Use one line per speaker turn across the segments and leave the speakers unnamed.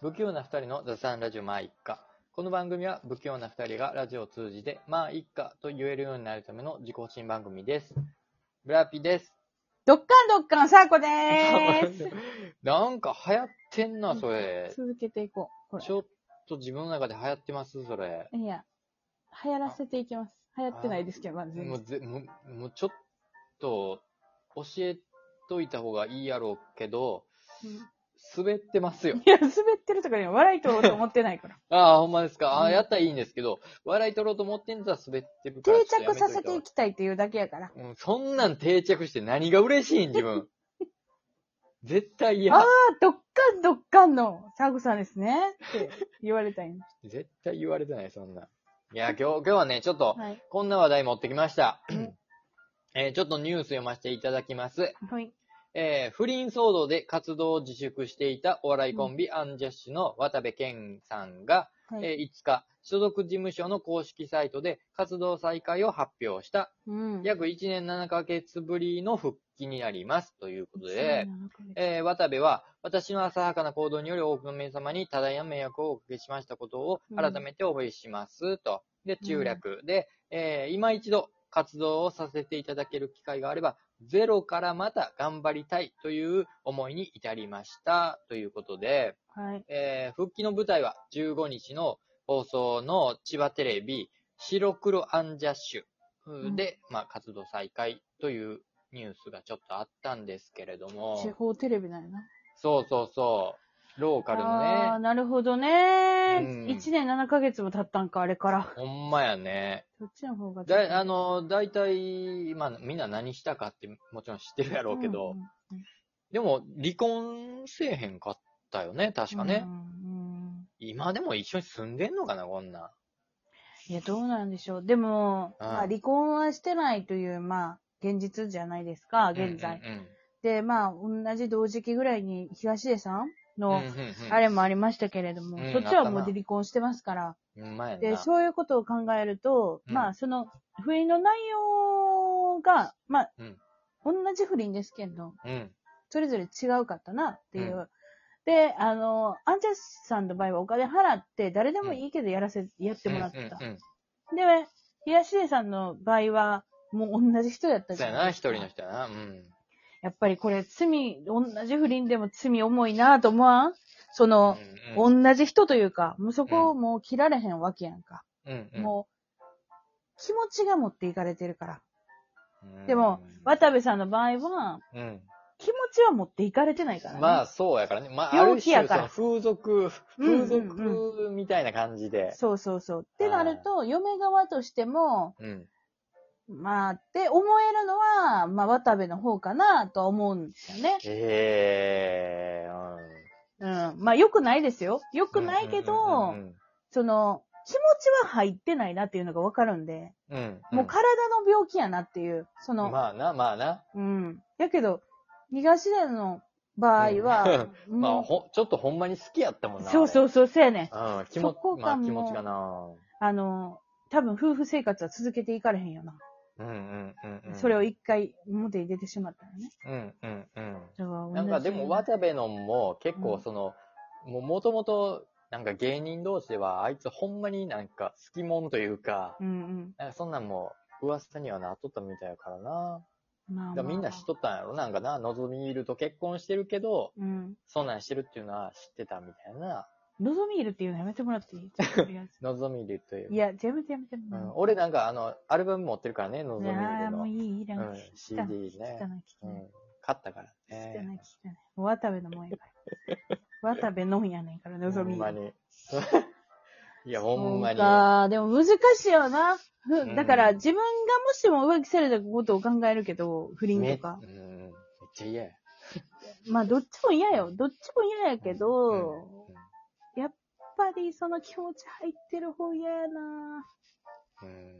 不器用な二人の雑談ラジオまあ一家。この番組は不器用な二人がラジオを通じてまあ一家と言えるようになるための自己発信番組です。ブラピです。
ドッカンドッカン、サーコでー
なんか流行ってんな、それ
す。。続けていこう。こ
ちょっと自分の中で流行ってます、それ。
れ。いや、流行らせていきます。流行ってないですけど、まず。
もうぜもうもうちょっと教えといた方がいいやろうけど、
うん
滑ってますよ。
いや、滑ってるとかね、笑い取ろうと思ってな いから。
ああ、ほんまですか。あ
う
あ、
ん
やったらいいんですけど、笑い取ろうと思ってんだったら滑ってるから。
定着させていきたいっていうだけやから。
うんそんなん定着して何が嬉しいん、自 分。絶対
あ
嫌
ー。ドッカンドッカンのサーコさんですね。って言われた いの。
絶対言われてない、そんなん。いや、今日、今 日はね、ちょっと、
はい。
こんな話題持ってきました
うん。
えーちょっとニュース読ませていただきます。
はい。
えー不倫騒動で活動を自粛していたお笑いコンビ、アンジャッシュの渡部健さんが、
はい。
えー5日、所属事務所の公式サイトで活動再開を発表した、
うん。
約1年7ヶ月ぶりの復帰になります、ということ
そう
で、
なのこれ
えー渡部は、私の浅はかな行動により多くの皆様に多大な迷惑をおかけしましたことを
うん
改めてお詫びします、と。で、
うん
中略。で、えー今一度活動をさせていただける機会があれば、ゼロからまた頑張りたいという思いに至りました、ということで、
はい。
えー復帰の舞台は15日の放送の千葉テレビ、白黒アンジャッシュで、まあ、活動再開というニュースがちょっとあったんですけれども。
地方テレビなんやな。
そうそうそう。ローカル
あ
の
ー
ね。
なるほどね
うん
ー。1年7ヶ月も経ったんか、あれから。
ほんまやね。
そっちの方が。
だ、あの、大体、まあ、みんな何したかってもちろん知ってるやろうけど、
んん
でも、離婚せえへんかったよね、確かね
う。んうん
今でも一緒に住んでんのかな、こんなん。
いや、どうなんでしょう。でも、
うん
まあ、離婚はしてないという、まあ、現実じゃないですか、現在。
うんうんうん。
で、まあ、同じ同時期ぐらいに東出さんの、
うんうんうん
あれもありましたけれども、
うん
そっちは
あった
もう
な
離婚してますから。
ほんまや
で、
な。
そういうことを考えると、
うん
まあ、その、不倫の内容が、まあ、
うん
同じ不倫ですけど、
うん。
それぞれ違うかったなっていう。
う
で、あの、アンジャッシュさんの場合はお金払って、誰でもいいけどやらせ、やってもらってた。
うんうんうん
で、東出さんの場合は、もう同じ人やった
そうや
ん
な、一人の人やな。うん。
やっぱりこれ、罪、同じ不倫でも罪重いなぁと思わんその、
うん
同じ人というか、もうそこをもう切られへんわけやんか。
うんうん
もう、気持ちが持っていかれてるから。
うん
でも、渡部さんの場合は、
うん。
気持ちは持っていかれてないからね。
まあ、そうやからね。まあ、ある
病気や
種、そ
から
の風俗、
うんうんう
風
ん
俗みたいな感じで。
そうそうそう。ってなると、嫁側としても、
うん。
まあ、って思えるのは、まあ、渡部の方かなとは思うんですよね。
へえ、
うん。まあ、良くないですよ。良
う
く
ん。
ないけど、
うん
その、気持ちは入ってないなっていうのがわかるんで、
うんうん、
もう体の病気やなっていう、そ
うん
の、
まあな、まあな。
うん。やけど、東出の場合は、もう
まあ、ほ、ちょっとほんまに好きやったもんな。
そうそうそう、そうやねん。
あれ。うん、気持
そこ
ち、ま
が
あ気
もう
持ちがな。
あの、多分夫婦生活は続けていかれへんよな。
うんうんうんうん。
それを
うん
一回表に出てしまったらね。
うんう
だら
ん。なんかでも、渡部のも結
う
構
ん
その、もうもともと、なんか芸人同士では、あいつほんまになんか好きもんというか、
うん
なんかそんなんも噂にはなっとったみたいやからな。
うん。まあ、
だから
まあ。
みんな知っとったんやろなんかな、望みいると結婚してるけど、
うん。
そんなんしてるっていうのは知ってたみたいな。
望みいるっていうのやめても らっていいとりあえず
望みいるという。
いや、やめてやめて。
う
も
ん、俺なんかあの、アルバム持ってるからね、望
う
み
い
いる
やーも
の
う。いい、いら
うん
ん。汚い
CD ね
汚い、
う
汚い
ん。。買ったから
汚い、
ね。
汚い。もう渡部のもんやから。渡部のんやねんから、
ほ
望
ん
みいる
ま。に。 いや、ほんまに。
あでも難しいよな。ふ
うん
だから、自分がもしも浮気されたことを考えるけど、不倫
め
と
っ
か。
うんめっちゃ嫌や。
まあ、どっちも嫌よ。どっちも嫌やけ
うんう
ど、
ん
やっぱりその気持ち入ってる方嫌やな。
うん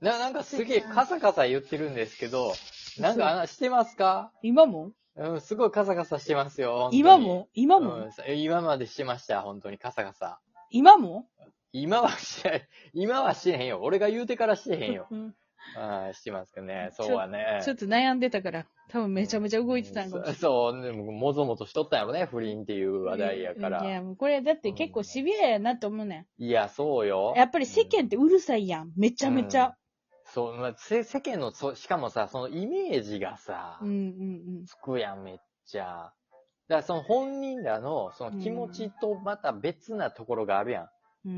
ななんかすげえカサカサ言ってるんですけど、なんかあのしてますか
今も
うん、すごいカサカサしてますよ。本当に
今も今も、
うんさ今までしてました、本当にカサカサ。
今も
今はしない、今はしてへんよ。俺が言うてからしてへんよ。
うん
あーしてますけどね。そうはね。
ちょっと悩んでたから、多分めちゃめちゃ動いてたんかもしれない。
そう、でももぞもぞしとったんやろね、不倫っていう話題やから。い
い
や、
や、もうこれだって結構シビアやなと思うね
そうよ。
ん。やっぱり世間ってうるさいやん。めちゃめちゃ。
そう、まあ、せ世間のそう、しかもさ、そのイメージがさ、
うんうん
つくやん、めっちゃ。だからその本人らの、その気持ちとまた別なところがあるや
うん。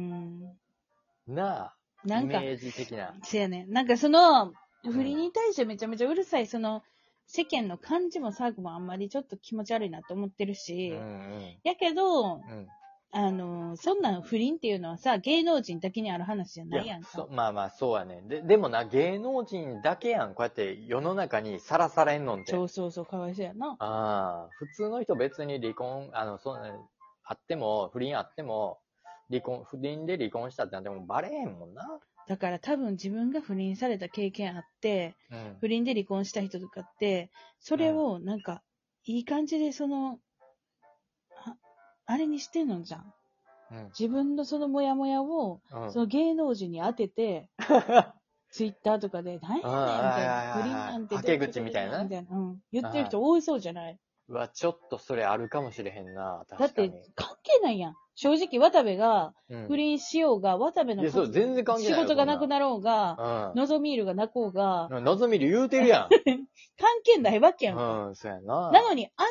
うん。
ん。なあ、
なんか
イ、メージ的な。
そうやねん。なんかその、振りに対してめちゃめちゃうるさい、その、世間の感じもサークもあんまりちょっと気持ち悪いなと思ってる
うん
し、
うん。
やけど、
うん。
あの、そんな不倫っていうのはさ、芸能人だけにある話じゃないやん
そ
か。
まあまあ、そうやね。で、でもな、芸能人だけやん。こうやって世の中にさらされんのって。
そうそうそう、かわいそうやな。
ああ、普通の人別に離婚、あの、そう、あっても、不倫あっても、離婚、不倫で離婚したってなってもバレへんもんな。
だから多分自分が不倫された経験あって、
うん。
不倫で離婚した人とかって、それをなんか、いい感じでその、あ、あれにしてんのじゃん。
うん。
自分のそのモヤモヤを、
うん
その芸能人に当 てて、ツイッターとかで、何やねんみたいな、
うん
不倫なんて。
はけ口みたいな
みたいな。うん。言ってる人多いそうじゃない。
うわ、ちょっとそれあるかもしれへんな。
だっ
確かに。
て、関係ないやん。正直、渡部が
うん
不倫しようが、渡部の
いやそう全然関係ないよ
仕事がなくなろうが、
う
のぞみーるがなこうが、
ん。望みり言うてるやん。
関係ないわ けやんか。
うん、そうやな。
なのに、あ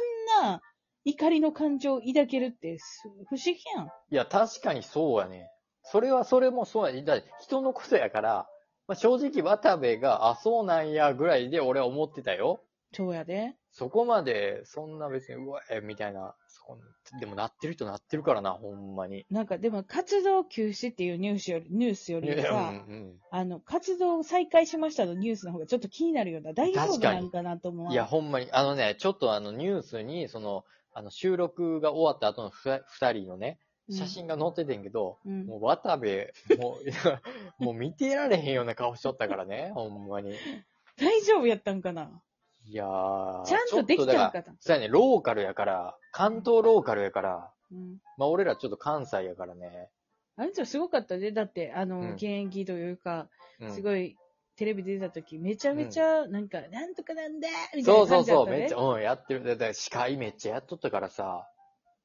んな怒りの感情を抱けるってす、不思議やん。
いや、確かにそうやね。それはそれもそうや。だって人のことやから、まあ、正直渡部が、あ、そうなんや、ぐらいで俺は思ってたよ。
そうやで。
そこまで、そんな別に、うわ、え、みたいな、そこ、でもなってる人なってるからな、ほんまに。
なんか、でも、活動休止っていうニュースより、ニュースよ
い
り
や
も
いや、
さ、
うん
あの、活動再開しましたのニュースの方がちょっと気になるような、大丈夫なんかなと思
う
わ
ん。
ん
いや、ほんまに、あのね、ちょっとあの、ニュースに、その、あの、収録が終わった後のふた二人のね、写、真が載っててんけど、
うん
もう渡部、もう、いやもう見てられへんような顔しとったからね、ほんまに。
大丈夫やったんかな。
いやー。
ちゃんとで
ちょっ
きたん
だら
かな。
そうやね、ローカルやから、関東ローカルやから、
うん
まあ俺らちょっと関西やからね。
あの人すごかったで、だって、あ
うん
の、現役というか、
うん
すごい、テレビ出た時、めちゃめちゃ、なんか、なんとかなんだーみたい
そ
な
うそ
感
う
じだ
そう、
った
めっ
で
ちゃ、。うん、やってる。だから司会めっちゃやっとったからさ。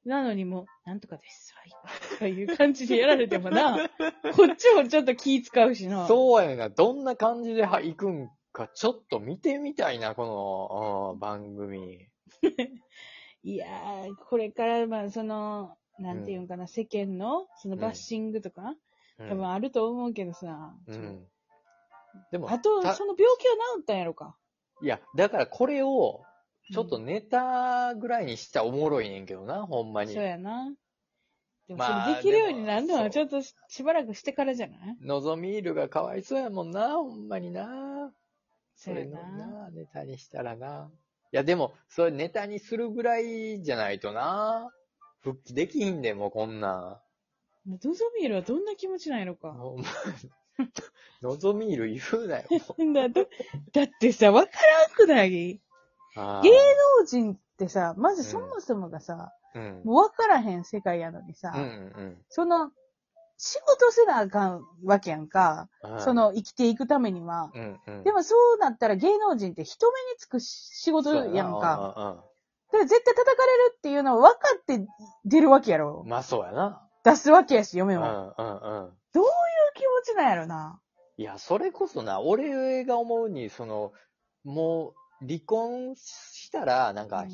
なのにもう、なんとかです、はい。とかいう感じでやられて もな、こっちもちょっと気使うしな。
そうやねんな。どんな感じでは行くんか、ちょっと見てみたいな、この、うん番組。
いやー、これから、まあ、その、なんていうんかな、世間の、そのバッシングとか、
うん
多分あると思うけどさ。
うん。でも、
あと、
た
その病気は治ったんやろか。
いや、だからこれを、ちょっと
うん
ネタぐらいにしたらおもろいねんけどな、ほんまに
そう。やな。でも、
まあ
それできるようになるの
でも
は、ちょっとししばらくしてからじゃない
のぞみーるがかわいそうやもんな、ほんまにな。そ
そ
う
や
れの
な。
な、ネタにしたらな。いや、でも、それネタにするぐらいじゃないとな。復帰できひんで、もうこんなん。
ドゾミールはどんな気持ちなんやろか。
ほんま のぞみーる言うなよ。
だだだってさ、わからんくない芸
あ
芸能人ってさ、まずそもそもがさ、
能うん。
もうわからへん世界やのにさ、
うんうん
その、仕事せなあかんわけやんか、
うん。
そ、の生きていくためには。
うんうん。
で
も、
もそうなったら芸能人って人目につく仕事やんか。
か。
だから絶対叩かれるっていうのは分かって出るわけや
うんう
ろ
ん。。まあ、そうやな。
出すわけやし、
う
嫁
んう
も。そういう
う
ん
ん。
気持ちなんやろな。
いや、それこそな、俺が思うに、その、もう、離婚したら、なんか、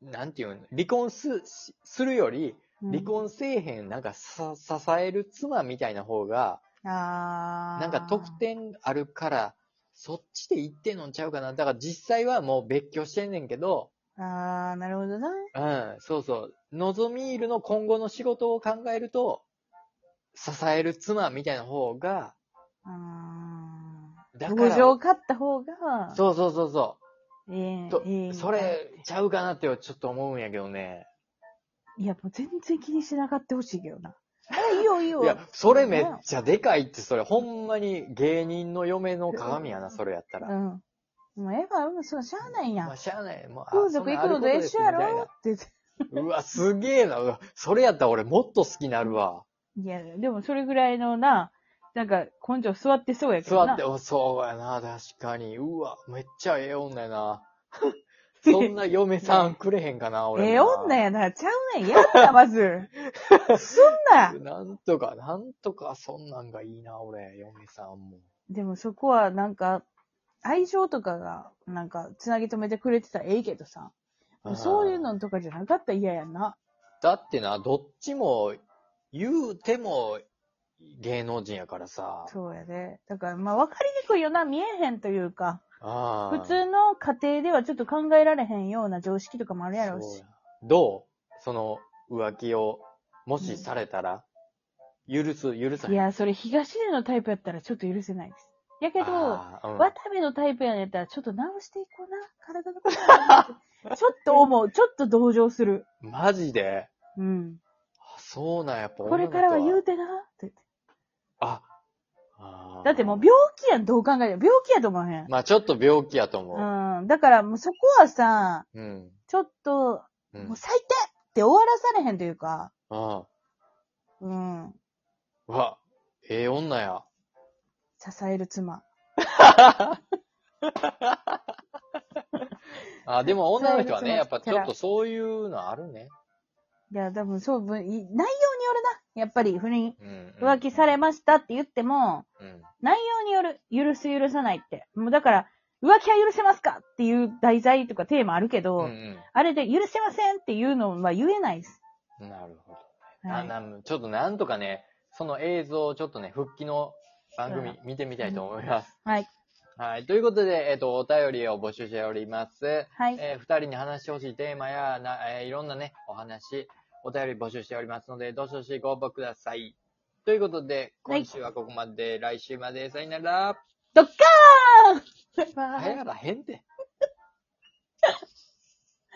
なんていうの、離婚す、しするより、
うん
離婚せえへん、なんかさ、支える妻みたいな方が、
うんあー
なんか特典あるから、そっちで言ってんのんちゃうかな。だから実際はもう別居してんねんけど、
あー、なるほどな。
うん、そうそう。のぞみーるの今後の仕事を考えると、支える妻みたいな方が、
あ
だ
ー。
か
同情
ら、
を買った方が、
そうそうそうそ
ええ
う。と
ええ
それ、ちゃうかなってちょっと思うんやけどね。
いや、もう全然気にしなかったほしいけどな。あいいよ、いいよ。
いや、それめっちゃでかいって、それ、ほんまに芸人の嫁の鏡やな、それやった
う
ら。
ん。もうええわ、うん、そう、しゃあないや
まあ、
ん。
しゃあない。もう、あ
風俗行くのと一緒
そ
や
んなんあ
ろ
るこ
って言って。
とですみたいなうわ、すげえな。うわそれやったら俺もっと好きになるわ。
いや、でもそれぐらいのな、なんか、根性座ってそうやけ
座
どな。
って、おそうやな、確かに。うわ、めっちゃええ女やな。 そんな嫁さんくれへんか な、俺な。
ええ女やな。ちゃうねん。やめな、まず。そんな。
なんとか、なんとか、そんなんがいいな、俺、嫁さんも。
でもそこはなんか、愛情とかが、なんか、つなぎ止めてくれてたらええけどさ。そういう
うん
のとかじゃなかったら嫌やな。
だってな、どっちも、言うても、芸能人やからさ。
そうやで。だから、まあ分かりにくいよな。見えへんというか。
ああ
普通の家庭ではちょっと考えられへんような常識とかもあるやろう
そう
し
や。どうその浮気を、もしされたら、許す、許さへん。
いや、それ東出のタイプやったらちょっと許せないです。やけど、
あー、うん
渡部のタイプやねんやったら、ちょっと直していこうな。体のことや なちょっと思う。ちょっと同情する。
マジで
うん。
あそうなんやっぱ
これからは言う
う。
てな。って
あ、あー
だってもう病気やん、どう考えても。病気やと思わへん。
まあちょっと病気やと思
うん。だからもうそこはさ、
う。うん。
ちょっと、
うん。
もう最低って終わらされへんというか、
あ
うん。
あ。わ、ええ女や。
支える妻。
あ、でも女の人はね、
そういう
やっぱちょっとそういうのあるね。
いや、多分そう、ぶい内容によるな。やっぱり不倫、
うん、うん
浮気されましたって言っても、
うん。
内容による、許す許さないって。もうだから、浮気は許せますかっていう題材とかテーマあるけど、
うんうん
あれで許せませんっていうのは言えないです。
なるほど。
は
ないなんちょっとなんとかね、その映像をちょっとね、復帰の番組見てみたいと思います。
はい。
はい。ということで、えっ、と、お便りを募集しております。
はい。
えー二人に話してほしいテーマや、なえーいろんなね、お話、お便り募集しておりますので、どしどしご応募ください。ということで、
はい
今週はここまで、来週まで、さよなら。
ドッカーンバイバイ
早らへんて。